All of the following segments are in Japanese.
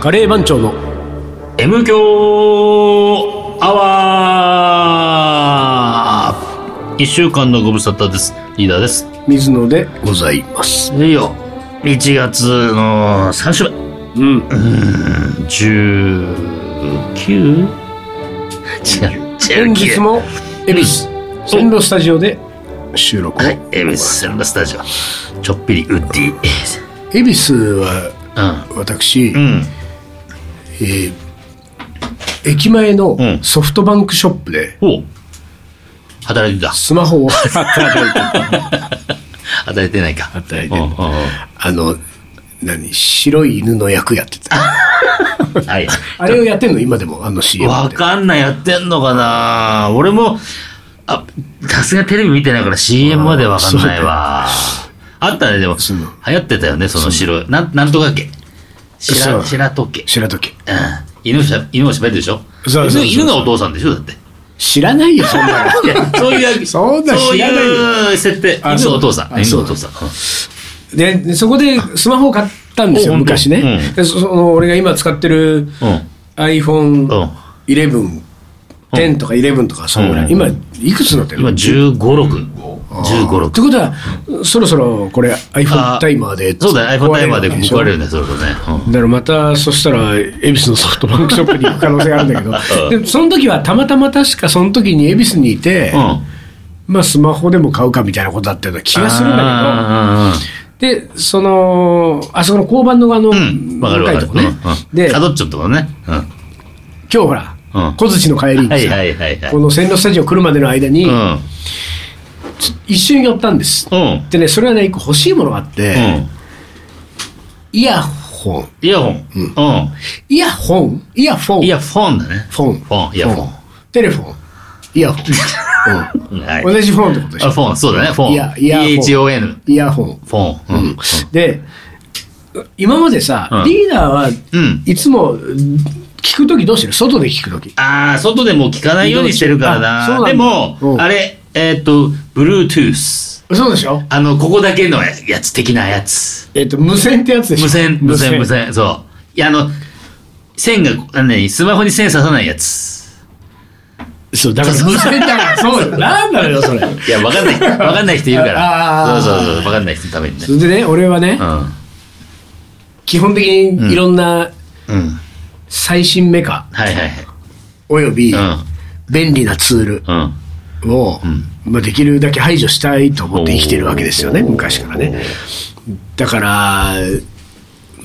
カレー番長の M 強アワー一週間のご無沙汰です。リーダーです。水野でございます。いよ。1月の3週目。うん。 19? 違う。本日19。も恵比寿線路スタジオで収録をはい。エビスセンスタジオ。ちょっぴりウッディ。恵比寿は私、うん。うん。えー駅前のんソフトバンクショップでお働いてた。スマ ホを働いてないか。働いてうなんいうんうんはあの何白い犬の役やってたい。あれをやってんの今でもあの CM わでかんない、やってんのかな俺も、あ、さすがテレビ見てないから CM までわかんないわ。あったね、でも。そう流行ってたよね、その白い。なん、なんとか家。そ白、う白時計。白時計うん。犬しゃ、犬を喋るでしょそうそうそう犬犬がお父さんでしょだって。 知らないよそんなのいやそういう、そんなんそう知らないよいう設定。犬あがお父さん。そうあ犬そがうお父さん。うんででそこでスマホを買ったんですよお昔ね、うんでそその俺が今使ってるうん。うん iPhone11 10とか11とかそのぐらい、うん今いくつになってる今15、6。15、っ6て。ことは、そろそろこれ iPhone タイマーで。そうだね、iPhone タイマーで報われるるね、それこそね。うんでしょ。だからまた、そしたら、恵比寿のソフトバンクショップに行く可能性があるんだけど、 うんでもその時はたまたま確かその時に恵比寿にいて、うん。まあスマホでも買うかみたいなことだったような気がするんだだけど、で、その、あそこの交番のあの、うん、わかるわいかとる。こね。うん、で、で、今角っちょっとこね。うん。日ほらうん、小槌の帰りにはいさはいはいはい。この線路スタジオ来るまでの間にう、ん。一瞬寄ったんです。うん。でね、それはね、一個欲しいものがあっうて、ん。イヤホン。イヤホン。イヤホンイヤフォンうん。イヤフォンだね。フォン。フォンイヤフォン。テレフォン。イヤホン。はうん。い。同じフォンってことでしあょフォン、そうだね、フォン。イヤイヤホン EHON。イヤホン。フォン。うん。で、今までさう、んリーダーはうん。いつも聞くときどうしてる外で聞くとき。ああ、外でもう聞かないようにしてるからあそうな。なでんだもう、んあれ、えーっと、Bluetooth。そうでしょあの、ここだけのやつ的なやつ。えっと、無線ってやつでしょ無線、無線、無。線、そう。いや、あの、線が、あのね、スマホに線刺さないやつ。そう、だから無線だから、そうよ。なんだよ、それ。いや、わかんない、わかんない人いるから。あそあうーそうそう、わかんない人のためにねそ。れでね、俺はねう、ん。基本的にいろんなうん。最新メカ、はいはいはい。およびうん便利なツール、うん。を、まあ、できるだけ排除したいと思って生きてるわけですよねおー昔からねだから、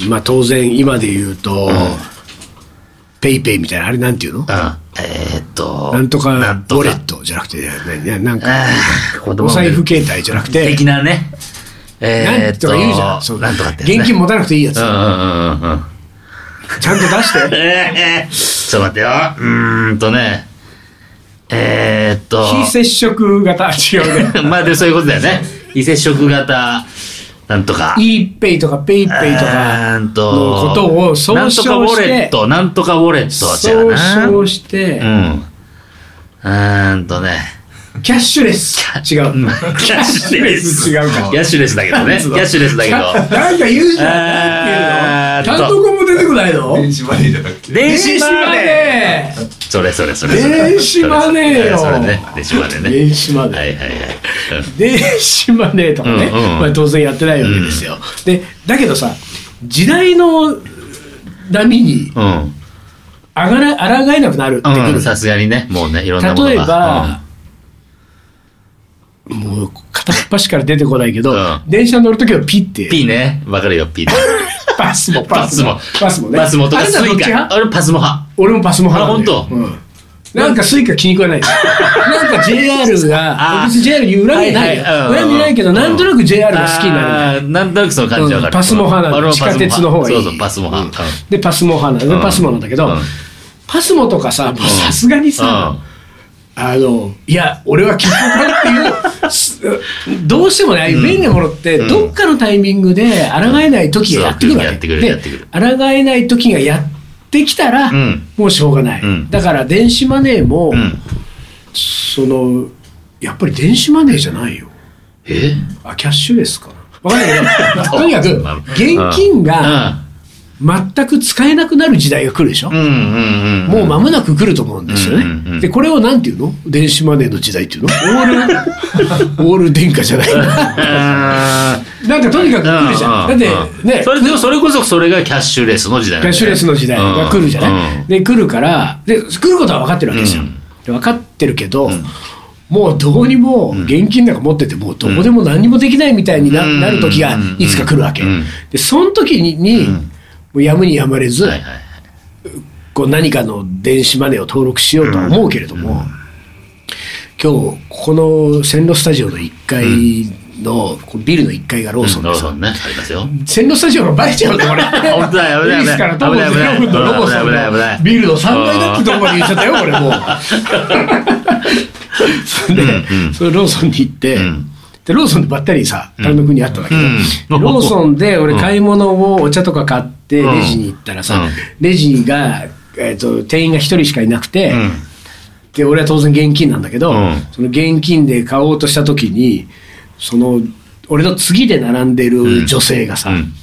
まあ、当然今で言うと、ペイペイみたいなあれなんていうのあ、えーっと。なんとかなんウとォレかッ。トじゃなくてなななんかああ、子お財布携帯じゃなくて的なね。なえーんっと。とか言うじゃんそうなんとかってやつね。現金持たなくていいやつ、うんうんうんうんうん。ちゃんと出 してえーえー、ちょっと待ってよ。うーんとね。えーっと。非接触型違う ねまあでもそういうことだよね。非接触型、なんとか。 e ペイとかペイペイとあかーんのことを総称してなんとかウォレット、なんとかウォレットは違う総な。称して、うん。うーんとね。キャッシュレス違うキャッシュレス。違うかキャッシュレスだけどね。キャッシュレスだけど。なんか言うじゃんなんていうの語も出てこないの電子マネーじゃなくて電子マネネーー。それそれそれそれ。電子マネーよそれそれね。電子マネーね。電子マネーはいはいはい。電子マネーとかね、うんうんまあ、当然やってないわけですよ、でだけどさ時代の波にうん。うんあがら抗えなくなるってくうるん。さすがにね、もうね、いろんなものが。例えば、もう片っ端から出てこないけど、うん電車乗るときはピッてうん、P ね。わかるよ、P ね。パスモパスモ。パスモねパスモとあかれスさどイっちカ。派俺パスモ派。俺もパスモ派なんだよあ本当うんなんかスイカ気に食わ ないですなんか JR があー別に JR に恨みないよはいはいうんうん恨みないけどなんとなく JR が好きになるんだよる。なんとなくその感じわかうんる。パスモ派なの俺もパスモ地下鉄の方がいいそうそう、パスモ派。うんでパスモ派なのうんパスモなんだけど、うんパスモとかさもうさすがにさ、あのいや俺は切符だっていう すどうしてもねああいう便利なものってうんどっかのタイミングで抗えない時がやってくるわけ、そうやってくるでやってくる抗えない時がやってきたら、うんもうしょうがない、うんだから電子マネーも、うん。うん。そのやっぱり電子マネーじゃないよえ あキャッシュレスかなわかんないけどとにかくまあ現金がうん全く使えなくなる時代が来るでしょ、うんうんうん。もう間もなく来ると思うんですよね。うんうんうんで、これをなんていうの電子マネーの時代っていうのオー ル、オール電化じゃない。あーなんかとにかくうん来るじゃん。だうっんて、ね、それでもそれこそそれがキャッシュレスの時代キャッシュレスの時代が来るじゃない、うんで来るからで来ることは分かってるわけですよ、うんで分かってるけど、んもうどうにも現金なんか持っててもうどうでも何にもできないみたいにな,、うんる時がいつか来るわけ、うんでその時にに、うんもうやむにやまれず、はいはいこう何かの電子マネーを登録しようとは思うけれども、今日ここの線路スタジオの1階の、こうビルの1階がローソンロでーすよソンね、ありますよ。線路スタジオがバレちゃうね、 これ。本当だよ危ないいいですから、徒歩危ない危ない0分のロボさん危ない危ない危ないのビルの3階だってとこまで言っちゃったよ、これもう。それうんうで、んそれローソンに行ってうん、で、ローソンでばったりさ、単独にあったんだけど、うんローソンで俺うん買い物をお茶とか買って、うんレジに行ったらさうん、レジが、えっと、店員が1人しかいなくて、うんで俺は当然現金なんだけど、うんその現金で買おうとした時にその俺の次で並んでる女性がさ、うん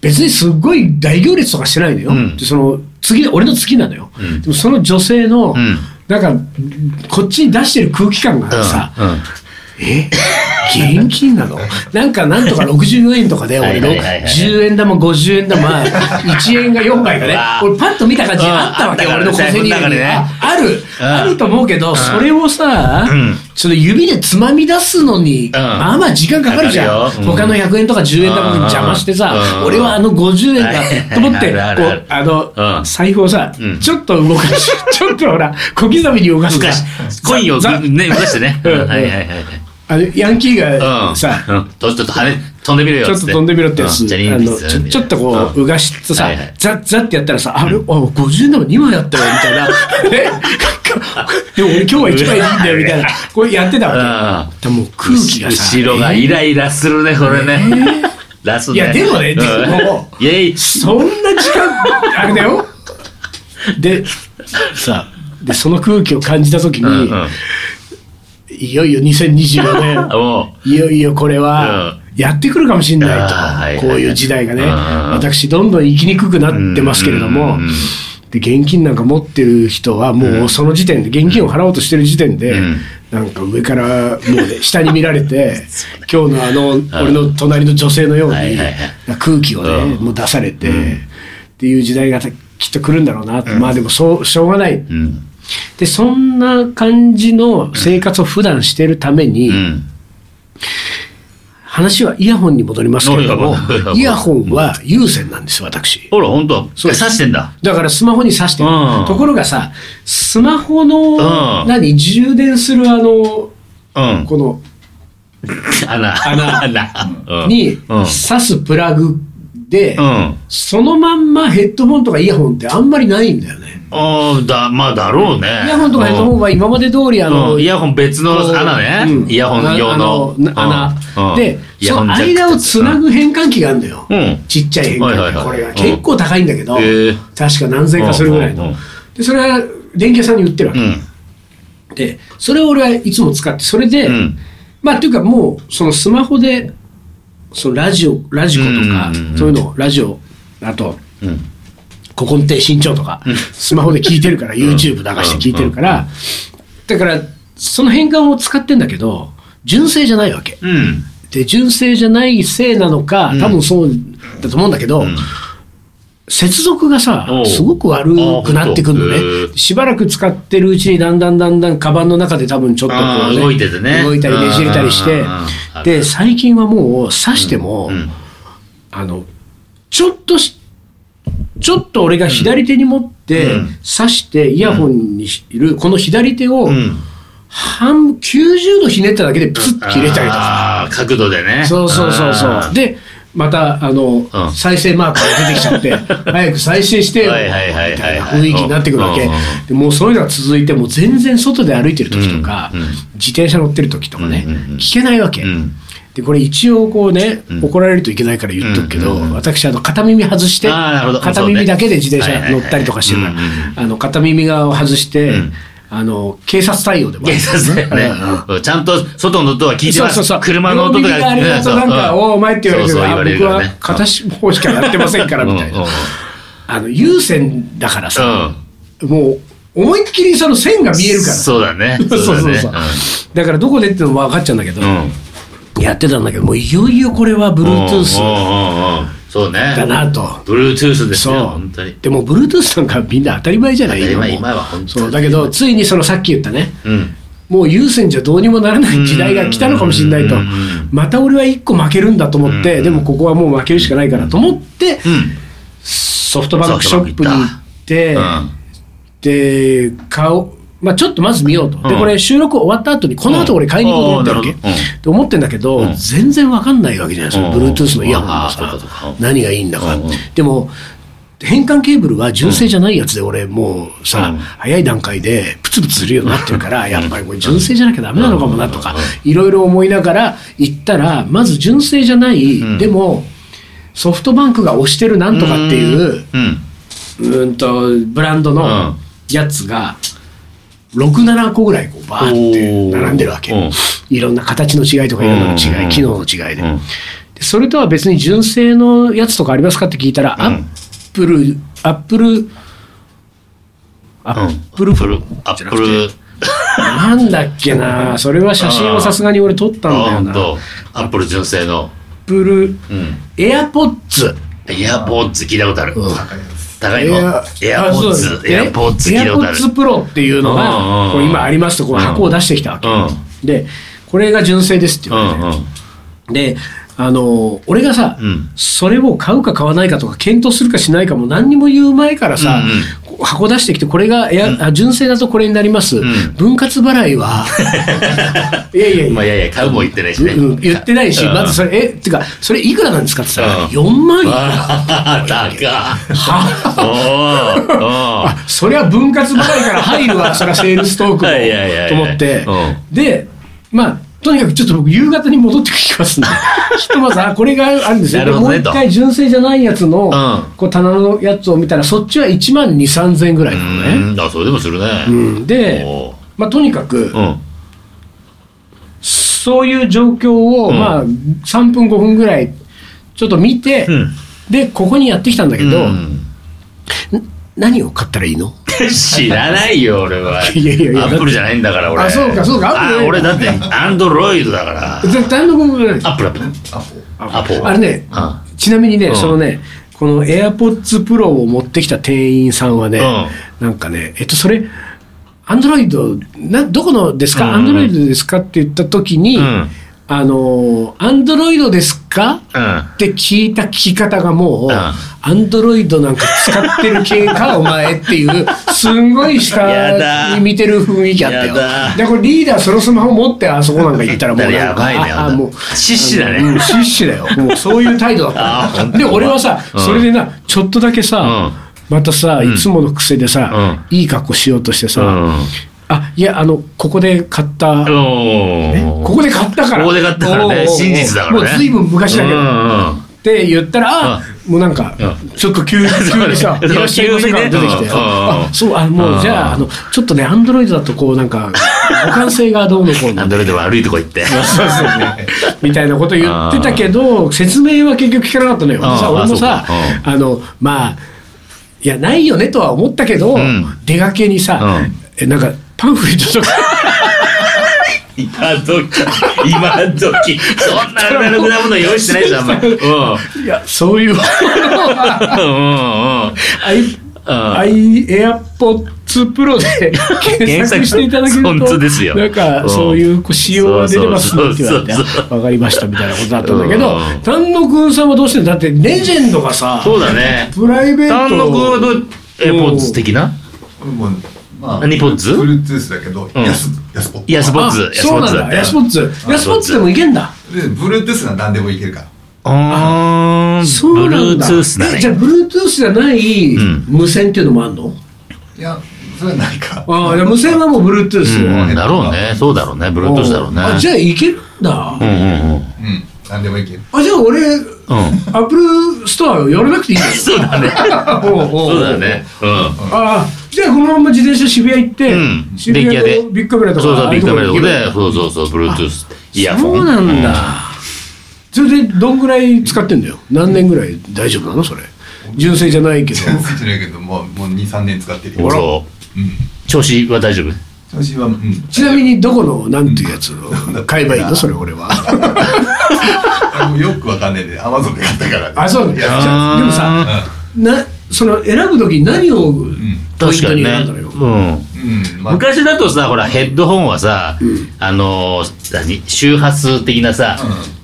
別にすっごい大行列とかしてないのよ、うんでその次俺の次なのよ、でもその女性の、んなんかこっちに出してる空気感がさ、うんうんえ現金なのなんかなんとか64円とかでは俺いのはいはいはい10円玉50円玉1円が4枚がねうわ俺パッと見た感じあったわけうん俺の小銭入れあったからにねああるうんあると思うけどそれをさうんその指でつまみ出すのにんまあまあ時間かかるじゃんかかるようん他の100円とか10円玉に邪魔してうさん俺はあの50円はいだと思ってこあるあるうあうのん財布をさうんちょっと動かしちょっとほら小刻みに動かす昔コインをざね、動かしてね。うはんいはいはいはい。あのヤンキーうがん。さうん、ちょっと跳ね、飛んでみろよちょつっと飛んでみろってやつ、うんじゃああリンのピスちょちょっとこう、んうがしってさ、はいはいザッザッってやったらさ、あれ、あ、50円でも2枚あったよ、 みたいな。えでも俺今日は1枚いいんだよ、みたいな。これやってたわけ。でもう空気がさ、後ろがイライラするね、これね。ラストね。いやでもねうんでもイェイ。そんな時間、あれだよ。で、さ、で、その空気を感じたときに、うんうんいよいよ2024年。もいよいよこれはやってくるかもしれあーなはいいと、こういう時代がね、うん私、どんどん生きにくくなってますけれどもうん、で現金なんか持ってる人は、もうその時点で、現金を払おうとしてる時点でうん、なんか上からもうね、下に見られ て、今日のあの、俺の隣の女性のようにはいはいはい、空気をね、うん、もう出されて、っていう時代がきっと来るんだろうなと、まあでもそう、しょうがないうう。ん。で、そんな感じの生活を普段してるために、うん。話はイヤホンに戻りますけれど もイヤホンイヤイヤホ、ンホンは有線なんです、私。ほら、ほんと。そう刺ですしてんだ。だからスマホに挿してるうんところがさ、スマホの、うん何、充電するあの、うん。この、穴。穴 穴。うんにうん。挿すプラグでう、ん。そのまんまヘッドホンとかイヤホンってあんまりないんだよね。ああ、だ、まあだろうね。イヤホンとかヘッドホンは今まで通りあうのん、イヤホン別の穴うんね。イヤホン用のああうん穴。うんで、イヤそホンのジャック間をつなうんぐ変換器があるんだよ。うんちっちゃい変はいはい換器。はいこれうがん結構高いんだけど、へ確えか何千かするぐらいうんうんのう。で、それは電気屋さんに売ってるわうけ。ん。で、それを俺はいつも使って、それでうん、まあ、というかもう、そのスマホで、そのラジオ、ラジコとかうんうんうんう、んそういうのをラジオ、あと、うん。古今亭新潮とか、スマホで聞いてるから、YouTube 流して聞いてるから、だから、その変換を使ってんだけど、純正じゃないわけ。うん。で、純正じゃないせいなのか、多分そうだと思うんだけど、接続がさお、うすごく悪くなってくるのあ本当へね。えしばらく使ってるうちに、だんだんだんだん、カバンの中で多分ちょっとこあう、ー動いててね動いたり、ねじれたりしてうんうんうんうんあ、るで、最近はもう、刺しても、うん。あの、ちょっとし、ちょっと俺が左手に持って、うん刺してイヤホンにいる、この左手をう、ん。半、90度ひねっただけでプツッと切れたりとか。ああ、角度でね。そうそうそうそう。で、で、また、あの、ん再生マークが出てきちゃって、 早く再生してよ、はいみはたいはいはいいな雰囲気になってくるわけうんうん。でもうそういうのが続いて、もう全然外で歩いてる時とか、うんうん自転車乗ってる時とかね、うんうんうん聞けないわけ。うん。でこれ一応こうね、うん怒られるといけないから言っとくけど、うんうんうん私あの片耳外してあーなるほど片そうね耳だけで自転車乗ったりとかしてるかはいはいはいらあの片耳側を外して、うんあの警察対応でもある警察だよねうんうん。ちゃんと外の音は聞いてそうまそうそすう。。車の音と両か右がありがとうなんか、うんおお、お前って言われるけど、そうそう言わあれる僕からねは片方しかやってませんから、みたいうんなうん。あの、優先だからさ、もう、思いっきりその線が見えるから。そうだね。 そうそうそう。だねだからどこでってのも分かっちゃうんだけどう、ん。うんやってたんだけど、もういよいよこれはうん Bluetooth うんうんうんそうね。だなと。 Bluetooth ですそうよ、本当に。でも Bluetooth なんかみんな当たり前じゃない当たり前今もう今は本当にそうだけどついにそのさっき言ったねうん。もう優先じゃどうにもならない時代が来たのかもしれないとうんうんまた俺は1個負けるんだと思っうんうてんでもここはもう負けるしかないからと思ってうん。ソフトバンクショップに行ってで買おうまあちょっとまず見ようとでうんこれ収録終わった後にこの後俺買いに行こうと思ってるわうんあーなるほどけと思ってんだけうどん全然わかんないわけじゃないですかうん Bluetooth のイヤホンがあーそうかそうさか何がいいんだかうんうんでも変換ケーブルは純正じゃないやつで俺もううさん早い段階でプツプツするようになってるからやっぱりこれ純正じゃなきゃダメなのかもなとかいろいろ思いながら行ったらまず純正じゃないんでもソフトバンクが推してるなんとかっていう。うん。うーんとブランドうのんやつが67個ぐらいこうバーって並んでるわけ、おーうんいろんな形の違いとかいろんなの違い、うん機能の違いで,、うんでそれとは別に純正のやつとかありますかって聞いたら、んアップルアップルアうんップルフォンアップル。なんだっけなそれは写真をさすがに俺撮ったんだよなあアッと、アップル純正の。プルうん。エアポッツエアポッツ聞いたことある。高いの。エアあポそッうツ。エアポッツエ聞いアたポことあッる。ツプロっていうのうんうんうがんこう今ありますとこう箱を出してきたわけ、うでこれが純正ですってう言われて、んうん。であの俺がさ、うんそれを買うか買わないかとか検討するかしないかも何にも言う前からさ、こう箱出してきてこれがエア、あ純正だとこれになります、ん分割払い はいやいやいやまあ、いやいや、買うも言ってないしね。うん言ってないし、うんまずそれ、え、ってか、それいくらなんですかって言ったら、うん4万円。ああ、高っ。おーおーあそりゃ分割払いから入る わそりゃセールストークはいはいはいはもと思いってうでまあとにかくちょっと僕夕方に戻ってきます んでひとまずあこれがあるんですよ、なるほもどうね一と回純正じゃないやつの、んこう棚のやつを見たらそっちは1万2 3千円ぐらいなのね、うん、あ、それでもするね。うんでおーまあ、とにかく、うん。そういう状況を、うんまあ、3分5分ぐらいちょっと見て、うんでここにやってきたんだけど、うん何を買ったらいい の知らないよ、俺は。 いやいやいやアップルじゃないんだから、俺。あそうかそうかアップルあ、俺だって、アンドロイドだから。絶対の部分ないですアップル、アップル。アポ。あれねうんちなみにね、うんそのね、この AirPods Pro を持ってきた店員さんはね、うなんかね、えっと、それ、アンドロイド、などこのですか、アうんンドロイドですかって言ったときに、うんあの、アンドロイドですかうん。って聞いた聞き方がもう、んアンドロイドなんか使ってる系 か、お前っていう、すんごいやだ下に見てる雰囲気あったよやだ。で、これリーダーそのスマホ持ってあそこなんか行ったらもうなんか、やばいねああ、あんたもう、失神だねうん失視だよ。 もうそういう態度だあった本の。当で、俺はさ、うんそれでな、ちょっとだけさ、またさ、いつもの癖でさ、いい格好しようとしてさ、うんあ、いや、あの、ここで買った、おーここで買ったから。ここで買ったからねおーおーおー真実だからねもう随分昔だけど。うんうんって言ったら、あもうなんか、うんちょっと急に、急にさ、 そうねいらっしゃいませから出てきて、急にねうんあ、そう、あ、もう、うんじゃあ、あの、ちょっとね、アンドロイドだとこう、なん か、互換性がどうのこうアのン。ドロイド悪いとこ行って。そうそう ねみたいなこと言ってたけど、説明は結局聞かなかったのよ。であさー俺もさあそう、あの、まあ、いや、ないよねとは思ったけど、ん出かけにさ、うんえなんか、パンフレットと か。今時、今時、そんなアナログなもの用意してないじゃん、お前。うん。いや、そういう。うんうん。アイ、アイエアポッツプロで検索していただけると、本当ですよなんか、うんそういうこう仕様が出てますねって言われて、そうそうそうあわかりましたみたいなことだったんだけどうん、丹野くんさんはどうしてんのだって、レジェンドがさ、そうだね。プライベート丹野くんはどう、エポッツ的なこれもま何ポッズフルーツースだけど、ん安安ポッ安ポッツあ、そうなんだ、ヤ安スポポッツだっッツ。ヤスポッツでもいけんだ。で、ブルートゥースなら何でもいけるから。たよ。あーそうなんだ。 Bluetooth だえじゃあ、ね。 Bluetooth じゃないん無線っていうのもあんのいや、それはないか。ああ、いや無線はもう Bluetooth よ。うん、だろうね。そうだろうね。Bluetooth だろうね。あじゃあ、いけるんだ。うんうんうん。うん、何でもいける。あ、じゃあ俺、うん。ア ップルストアやらなくていいんだよ。そうだね。 おうおうおうそうだね。うん。あじゃあこのまま自転車渋谷行って、うん。渋電気谷屋での。ビッグカメラとかそうそう、ビッグカメラとかああいうで。とこそうそうそう、Bluetooth。イヤそホン。うなんうだ。それでどんぐらい使ってんだよ何年ぐらい大丈夫なのそれ純正じゃないけど全然じゃないけど、もう、もう2、3年使ってるよ。そうん。う。調子は大丈夫調子は、うん。ちなみにどこのなんていうやつを買えばいいのそれ俺はあもうよくわかんないんで、アマゾンで買ったからね。あそうなんだいじやゃあでもさなその選ぶ時に何をポイ確ンかトににね選んだのよ、。うん。うん。まあ、昔だとさ、ほら、ヘッドホンはさ、あのー、何周波数的なさ、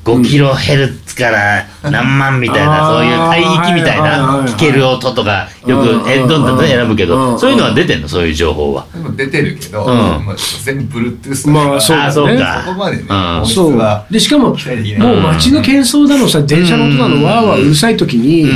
5キロヘルツから何万みたいな、うんそういう帯域みたあーはいはいはいいな、はい聞ける音とか、ようんくヘッドホンだとねうん選ぶけうど、んそういうのは出てんの、そういう情報は。でも出てるけど、んまあ、全部 Bluetooth まあだそかうだああ、ねそうらか。そこまでね、うん音質そうは。でしかももう期待できない街の喧騒だのさ電車の音だうんのわーわーうるさい時に、ん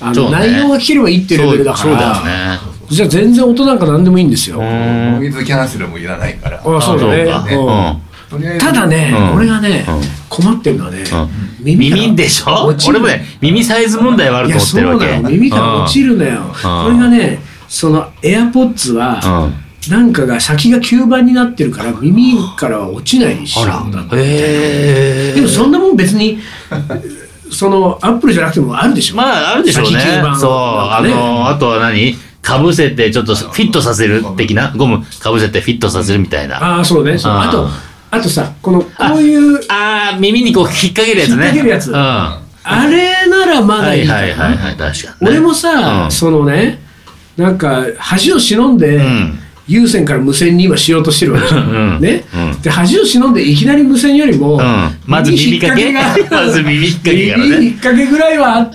あそうのね内容が聞ければいいっていうレベルだかそうそうだらよね。じゃあ全然音なんか何でもいいんですよ、ノイズキャンセルもいらないから。あそうだねあそうかとりあえずただ、ね、うん俺がね、うん困ってるのはね、うん耳から耳でしょ落ちる俺もね、耳サイズ問題はあるいとや思ってそうるわなけ。の耳から落ちるのよ、これがねそのエアポッツは、うん。なんかが先が吸盤になってるから耳からは落ちないしあなんだっら。てえでもそんなもん別にそのアップルじゃなくてもあるでしょまあ、あるでしょうね先吸盤。そう。なあんかねの、あとは何かぶせて、ちょっとフィットさせる的な、ゴムかぶせてフィットさせるみたいな。ああそうねそうあーあとあとさこのこういうあー、耳にこう引っ掛けるやつね。引っ掛けるやつうん。はあれならまいだはいいいかなはいはい、確かにね。俺もさ、うんそのねなんか恥を忍んで、うん有線から無線に今しようとしてるわけじゃん、うんね、うんで恥を忍んでいきなり無線よりも、うん。まず耳掛け引っ掛 まず耳掛けから耳引ね。っ掛けぐらいはああーっ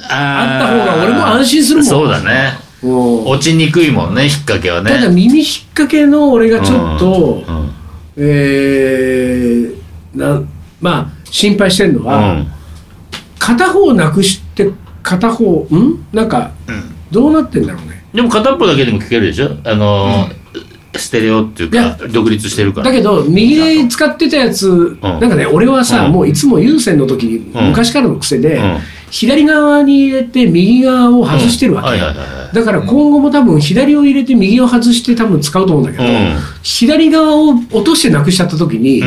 た方が俺も安心するもんそうだね。もう落ちにくいもんね、引っ掛けはね。ただ耳引っ掛けの俺がちょっと、うんうんえーなまあ心配してるのは、うん片方なくして片方んなんか、んどうなってんだろうねでも片っぽだけでも聞けるでしょあのー、ステレオっていういかや、独立してるから。だけど右で使ってたやつ、なんかね俺はさ、うんもういつも有線の時に、うん昔からの癖で、うん左側に入れて右側を外してるわけ、うんはいはいはいはいだから今後も多分左を入れて右を外して多分使うと思うんだけど、うん左側を落としてなくしちゃった時に、ん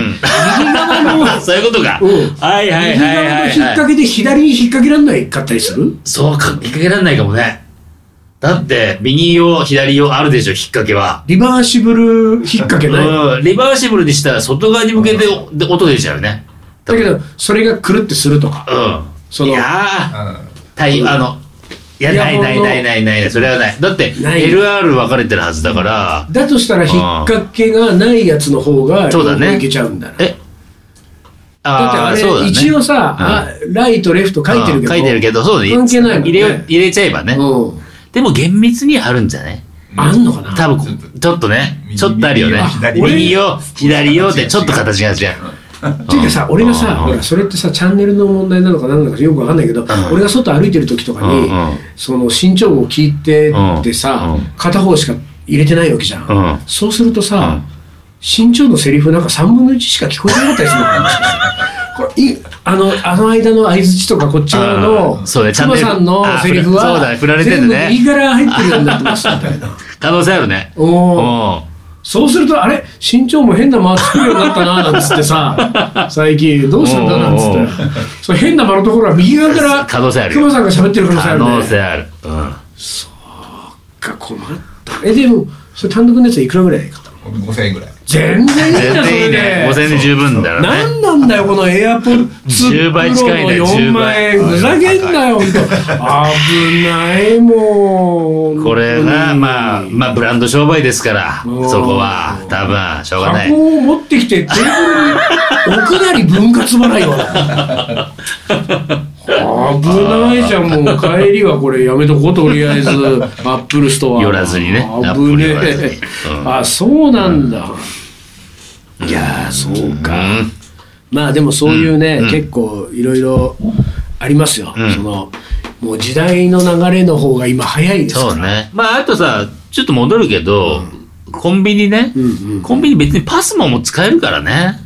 右側 のそういうことか。うんはいはい右は側いはの引っい、は掛い。けで左に引っ掛けられないかったりするそうか、引っ掛けられないかもね。だって、右を左をあるでしょ、引っ掛けは。リバーシブル引っ掛けない、うん、リバーシブルにしたら外側に向けておで音出ちゃうよね。だけどそれがくるってするとかうん。そのいやー、うたい、あの、いや、イヤなホいンのないないないない、それはない。だって、ない LR 分かれてるはずだから、だとしたら引っ掛けがないやつの方がそうだね両方いけちゃうんだねえだってあああ、れそうだね。一応さ、うんあライトレフト書いてるけど書いてるけど、そうね。関係ないもんね入れよう、入れちゃえばね。うんでも厳密にはあるんじゃねん。あんのかな多ちょっ分、ちょっとね、右ちょっとあるよね右左。右を、左をで、ちょっと形が違う。っていうかさ、俺がさ、うんほらそれってさ、チャンネルの問題なのか何なのかよくわかんないけど、俺が外歩いてる時とかに、うんうんその身長を聞いてってうんさ、うん片方しか入れてないわけじゃん。うんそうするとさ、う身長のセリフなんか3分の1しか聞こえなかったりするのかもしれ ない。これいあのあの間の相づちとかこっち側あーのそうねチャン熊ネルさんのセリフあーそうはだ振られてん全部だね右から入ってるようになってますみたいな。可能性あるね。おーうんそうすると、あれ身長も変な間作るようになったな、なんつってさ、最近、どうするんだ、なんつおうおうおうって。そう変な間のところは右側から、可能性あるよ熊さんが喋ってる可能性あ可るね。能性ある。うんが困った。え、でも、それ単独のやついくらぐらいかん。5000円ぐらい。全然いい全じゃん、そ然いれいね。5000で。円で十分だからね。何なんだよ、このエアポッツプロ10の倍近いね4万円。 10倍ふざけんな よ、ほんと。危ない、もう。これが、まあ、本当にまあ、ブランド商売ですから、そうんこは、多分、しょうがない。箱を持ってきてテーブルに置くなり分割払いは危ないじゃんもう帰りはこれやめとこうとりあえずアップルストア寄らずにねアップ危ねル寄らずにえ、うんあそうなんだ、いやーそうか、うんまあでもそういうね、うん結構いろいろありますよ、うんそのもう時代の流れの方が今早いですからそうね。まあ、あとさ、ちょっと戻るけど、コンビニね、うんうんコンビニ別にパスモも使えるからね。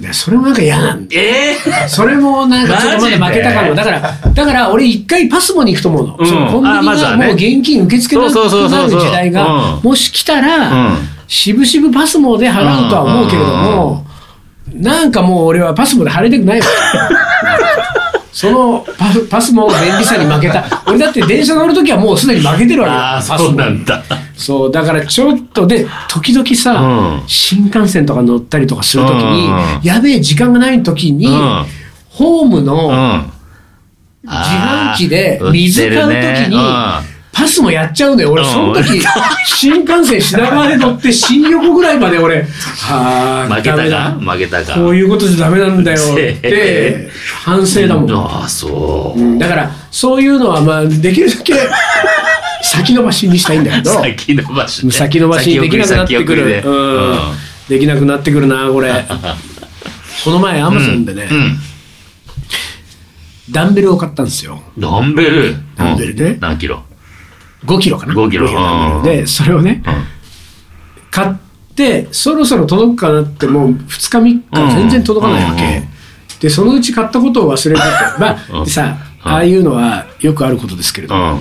でそれもなんか嫌なんだえー それもなんかちょっとまだ負けたかもマだからだから俺一回パスモに行くと思うの、うんそのコンビあニまずがはもねう現金受け付けなくそうそうそうなるそうそう時代がうんもし来たら、うんしぶしぶパスモで払うとは思うけれども、なんかもう俺はパスモで払いたく ないわそのパスパスモの便利さに負けた俺だって電車乗るときはもうすでに負けてるわけよああパスモそうなんだそうだからちょっとで時々さ、うん新幹線とか乗ったりとかするときに、うんうんやべえ時間がないときに、うんホームうんのあ自販ー機で水買うとき売ってるに、ねうんパスもやっちゃうのよ俺うんその 時、新幹線品川で乗って新横ぐらいまで 俺はあ負けたダメかだ負けたかこういうことじゃダメなんだよ っえて反省だもん、ああそううんだからそういうのはまあできる だけ先延ばしにしたいんだけど先延ばしね先延ばしにできなくなってく先送りる先、う送りでんできなくなってくるなこれこの前アマゾンでね、うんうんダンベルを買ったんですよダンベルダンベルね何キロ5キロかな5キロダンベルうでそれをねうん買ってそろそろ届くかなってもう2日3日全然届かないわけ、うんうんでそのうち買ったことを忘 れててまあでさうんああいうのはよくあることですけれど、うん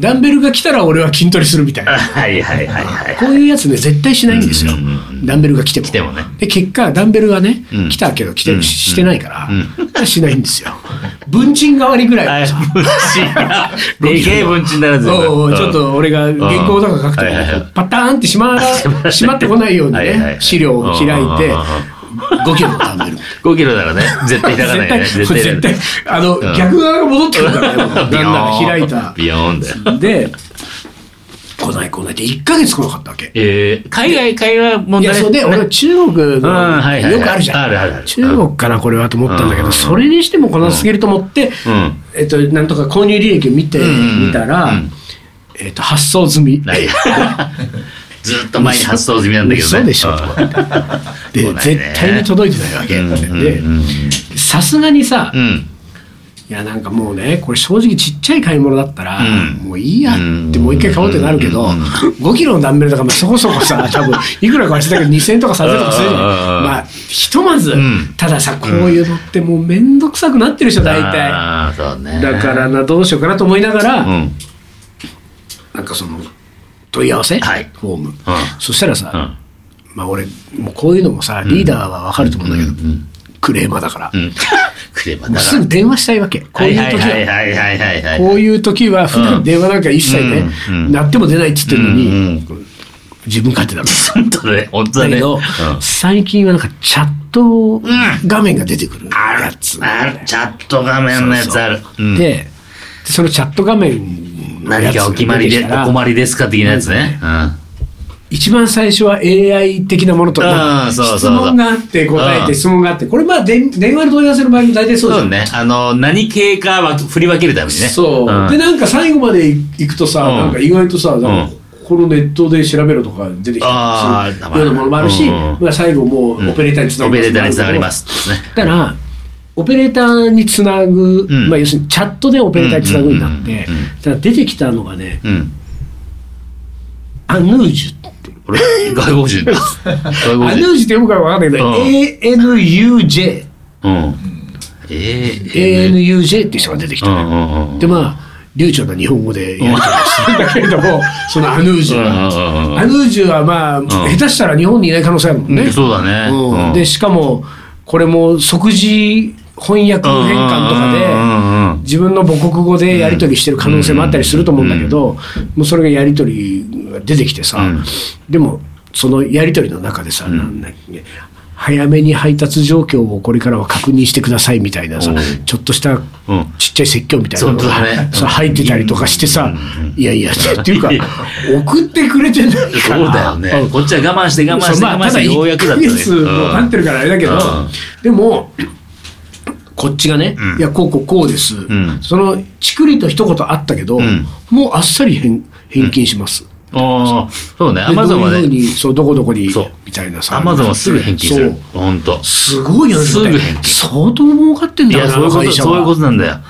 ダンベルが来たら俺は筋トレするみたいなはいはいはいはいこういうやつね、絶対しないんですようんうんうんう。んダンベルが来ても。来てもねで、結果、ダンベルがね、うん来たけど、来てうんししてないからう、しないんですよ。文鎮代わりぐらい。文鎮がでけえ文鎮ならずおうおうちょっと俺が原稿とか書くとうんはいはいはい、パターンってしましまってこないようにはいはいはね、い資料を開いてうんうん、 5キロのダンベル。 5キロならね絶対痛かないよね絶対、絶痛対い、あのうん、逆側が戻ってくるからね、だんだん ビヨーン開いた。ビヨーンだよで、来ない来ないって1ヶ月来なかったわけ。えー海外海外問いや、題そうで、俺、中国うんの、はいはいよくあるじゃん。あるあるある中国かな、これはと思ったんだけうど、んそれにしてもこなすぎると思って、うんえっと、なんとか購入履歴を見てうんみたうらん、えっと、発送済み。ないずっと前に発送済みなんだけどね嘘でしょうんと思ってでそうだよね絶対に届いてないわけ。うんうんでうんさすがにさう、んいや、なんかもうね、これ正直ちっちゃい買い物だったらうん、もういいやって、もう一回買おうってなるけど、うん5キロのダンベルとか、まあそこそこさ、多分いくらか忘れたけど、2000とか3000とかするじゃん。うんうんうんまあ、ひとまずん、たださ、こういうのってもうめんどくさくなってるでしょ、大体。ああそうねだからな、どうしようかなと思いながら、うんなんかその、問い合わせ、はいフォーム。そしたらうさ、んまあ俺、もうこういうのもさ、リーダーはわかると思うんだけど、うんクレーマーだからう。んクレバもだうなすぐ電話したいわけ。こういう時は。はいはいはいはいはいはいこういう時は、普段電話なんか一切ね、うんうんなっても出ないっつってるのに、うん自分勝手だから。本当だね本当だだねけど、うん最近はなんかチャット画面が出てくるやつ、あるチャット画面のやつあるうんででそのチャット画面のや何つがかお決まり出でてきたらお困りですか的なやつねうん一番最初は AI 的なものとか、うんそうそう質そう問があって答えうてん質問があって、これまあ電電話の問い合わせの場合も大体そうじゃ。そうんね。あの、何系かは振り分けるためにね。そう、んでなんか最後まで行くとさ、うんなんか意外とさ、なんかうんこのネットで調べろとか出てきたありーするようなものもあるし、うんうんまあ、最後もうオペレーターにつなオがペりレますーターにつながります。ね。だからオペレーターにつなぐ、んまあ、要するにチャットでオペレーターにつなぐになって、うんうんうんうんだから出てきたのがねうん。アヌージュってこれ、外国人だ。外ア国ヌージ人。ュって読むかわかんないけど、うん ANUJ うん。えー、えー。 ANUJ っていう人が出てきうた、んうんうん。でまあ流暢な日本語でやり取りをするんだけれども、そのアヌージュが、うんうんうんうんアヌージュはまあ、下手したら日本にいない可能性あるもんね、うんそうだねうんうんでしかもこれも即時翻訳変換とかで、で、自分の母国語でやり取りしてる可能性もあったりすると思うんだけど、もうそれがやり取りが出てきてさ、うんでもそのやり取りの中でさ、なんだっけ早めに配達状況をこれからは確認してくださいみたいなさうんちょっとしたうんちっちゃい説教みたいなのそうだねそう入ってたりとかしてさ、いやいやっていうか送ってくれてないかそうらだよねん。こっちは我慢して我慢そうしてまあ我慢たしだてようやくだった1ヶ月もう経ってね。るからあれだけど、うんでもこっちがね、うんいやこうこうこうです、んそのちくりと一言あったけど、んもうあっさり返返金します、ああ、そうね。でアマゾンはどういうふうね、にそうどこどこにそうみたいなさアマゾンはすぐ返金するそう。ほんと。すごいよねすぐ返金相当儲かってんいだよや、なそういうこと、会社はそういうことなんだよ。ね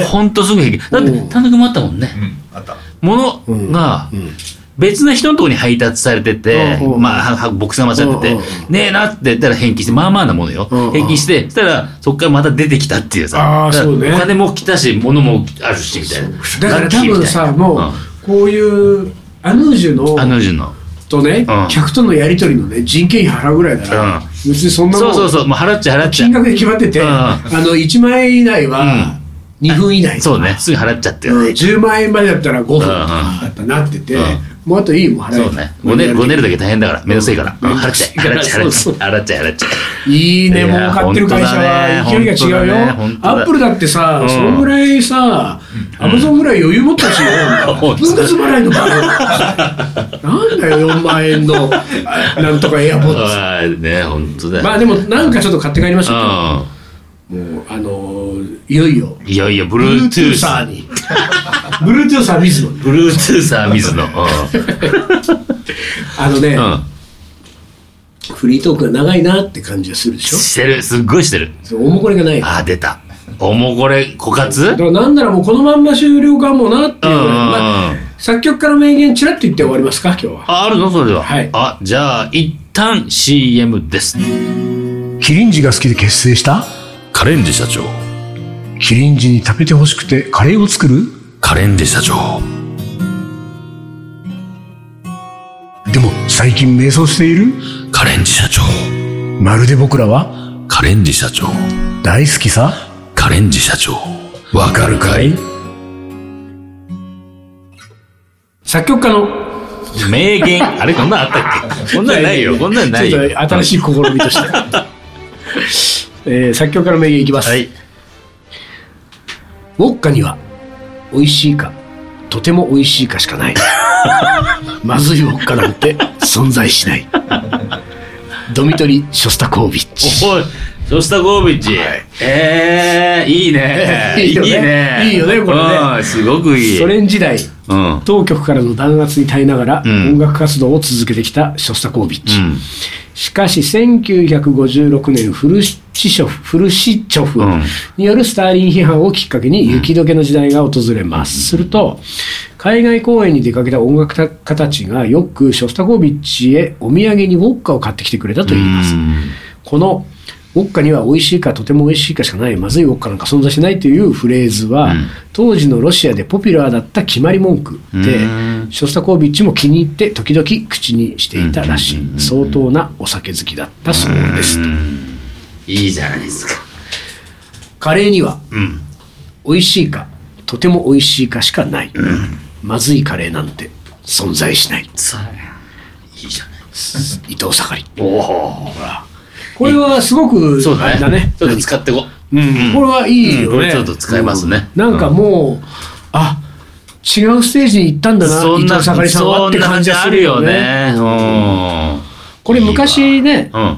えほんとすぐ返金。だっうんて、単独もあったもんね。うん、あった。ものが、別の人のとこに配達されててうんうんう、んまあ、ははボックスが間違ってうてんうん、ねえなって言ったら返金して、まあまあなものようんうん。返金して、そしたら、そこからまた出てきたっていうあさ、ーだからそうねお金も来たし、物もあるし、みたいな。だから多分さ、もう、こういう、アヌージュの、あの人の。とね、うん客とのやり取りのね、人件費払うぐらいなら、うん別にそんなもそんうそうそう、もう払っちゃ払っちゃ金。額で決まってて、うんあの、1万円以内は、2分以内、そうね、すぐ払っちゃってうんよね。 10万円までだったら5分とうんうんかやっぱなってて、うんもうあといいもん払えそうね。ごねる、ごねるだけ大変だから、めんどくせえから。うん払っちゃえ、払っちゃえ、払っちそゃうえ、払っちゃえ、払っちゃえ。いいね、い儲やかってる会社は勢本い当がだね違うよ、本当だねアップルだってさ、うんそのぐらいさ、アマゾンぐらい余裕持ってほしいよ、 本当だ分割払いのかなんだよ、4万円のなんとかエアポッツ。ああ、ね、本当だよ。まあでも、なんかちょっと買って帰りましょうか、うん。もうあのーいよいよ、いやいや、ブブルルーートトゥゥーーサーサー。に、ブルートゥーサー水野に、ブルートゥーサー水野。うあのね、ん。うん。フリートークが長いなって感じがするでしょ、してる、すっごいしてる。そのおもこれがない。ああ、出た。おもこれ、枯だ渇からなんならもうこのまんま終了かもなっていうぐらい、うんうんうんまあ、作曲家の名言ちらっと言って終わりますか今日は。あ、あるのそれでは。はいあ、じゃあ、一旦 CM です。キリンジが好きで結成したカレンジ社長キリンジに食べて欲しくてカレーを作るカレンジ社長でも最近迷走しているカレンジ社長まるで僕らはカレンジ社長大好きさカレンジ社長わかるかい作曲家の、名言。あれ、こんなんあったっけこんなんないよ。こんなんないちよ。ょっと新しい試み として。えー作曲家の名言いきます。はい。ウォッカには、美味しいか、とても美味しいかしか ない。まずいウォッカなんて存在しない。ドミトリ・ショスタコービッチ。。おい、ショスタコービッチ。ええいいねいいよねいいよねこれねうんすごくいい。ソ連時代、うん。うん。当局からの弾圧に耐えながら、うん音楽活動を続けてきたショスタコービッチ。うんしかし1956年フルシチョフフルシチョフうんによるスターリン批判をきっかけに雪解けの時代が訪れます、すると海外公演に出かけた音楽家たちがよくショスタコービッチへお土産にウォッカを買ってきてくれたといいますこのウォッカには美味しいかとても美味しいかしかないまずいウォッカなんか存在しないというフレーズは、うん当時のロシアでポピュラーだった決まり文句でうんショスタコービッチも気に入って時々口にしていたらしい相当なお酒好きだったそうですいいじゃないですか。カレーにはうん。美味しいかとても美味しいかしかない、まずいカレーなんて存在しないそういいじゃな伊い。藤盛りおお。これはすごくそうあれだね。ちょっと使ってこ。うんこれはいいうんよこね。れちょっと使えますねうんなんかもう、あ違うステージに行ったんだな、そん伊な、藤さかりさんはそっんてな感感じじがあするるよよね。ね。うん。これ昔ね、うん。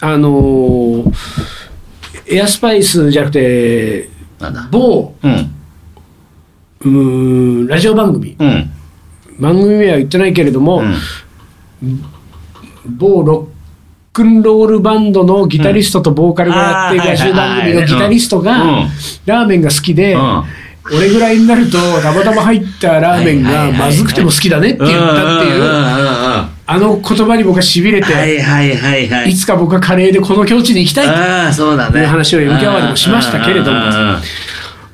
あのーエアスパイスじゃなくて、なんだ。某うん。うーんラジオ番組、うん。番組名は言ってないけれども、うん。某ロックンロールバンドのギタリストとボーカルがやってるうんラジオ番組のあーはいはいはいギタリストうがん、ラーメンが好きで、うん俺ぐらいになると、たまたま入ったラーメンはいがはいはいまずくても好きだねって言ったってうんうんうんうんうんいう、あの言葉に僕は痺れはて、いはいはいはいい。つか僕はカレーでこの境地に行きたいってああ、そうだね。いう話を MK アワーでもしましたけれどもうんうんうん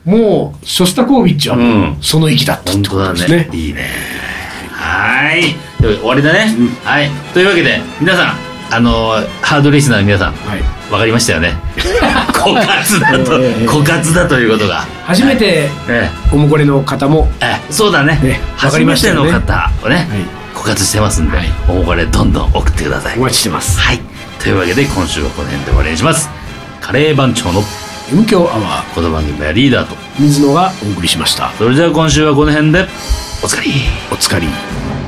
うんもう、ショスタコービッチはうんその域だったっ本てこ当とだですねね。。いいね。はーい。で終わりだね。はい。というわけで、皆さん、あのー、ハードリスナーの皆さん、はいわかりましたよね。枯渇だと、ええええ枯渇だということが。初めて、えおもこれの方も、え、ええそうだね。ねわか初りまめしたてよのね方をね、枯渇してますんで、おもこれどんどん送ってください。お待ちしてます。はい。というわけで、今週はこの辺で終わりにします。カレー番長の M 強アワこの番組はリーダーと。ー、水野がお送りしました。それじゃあ今週はこの辺で、おつかり。お疲れ。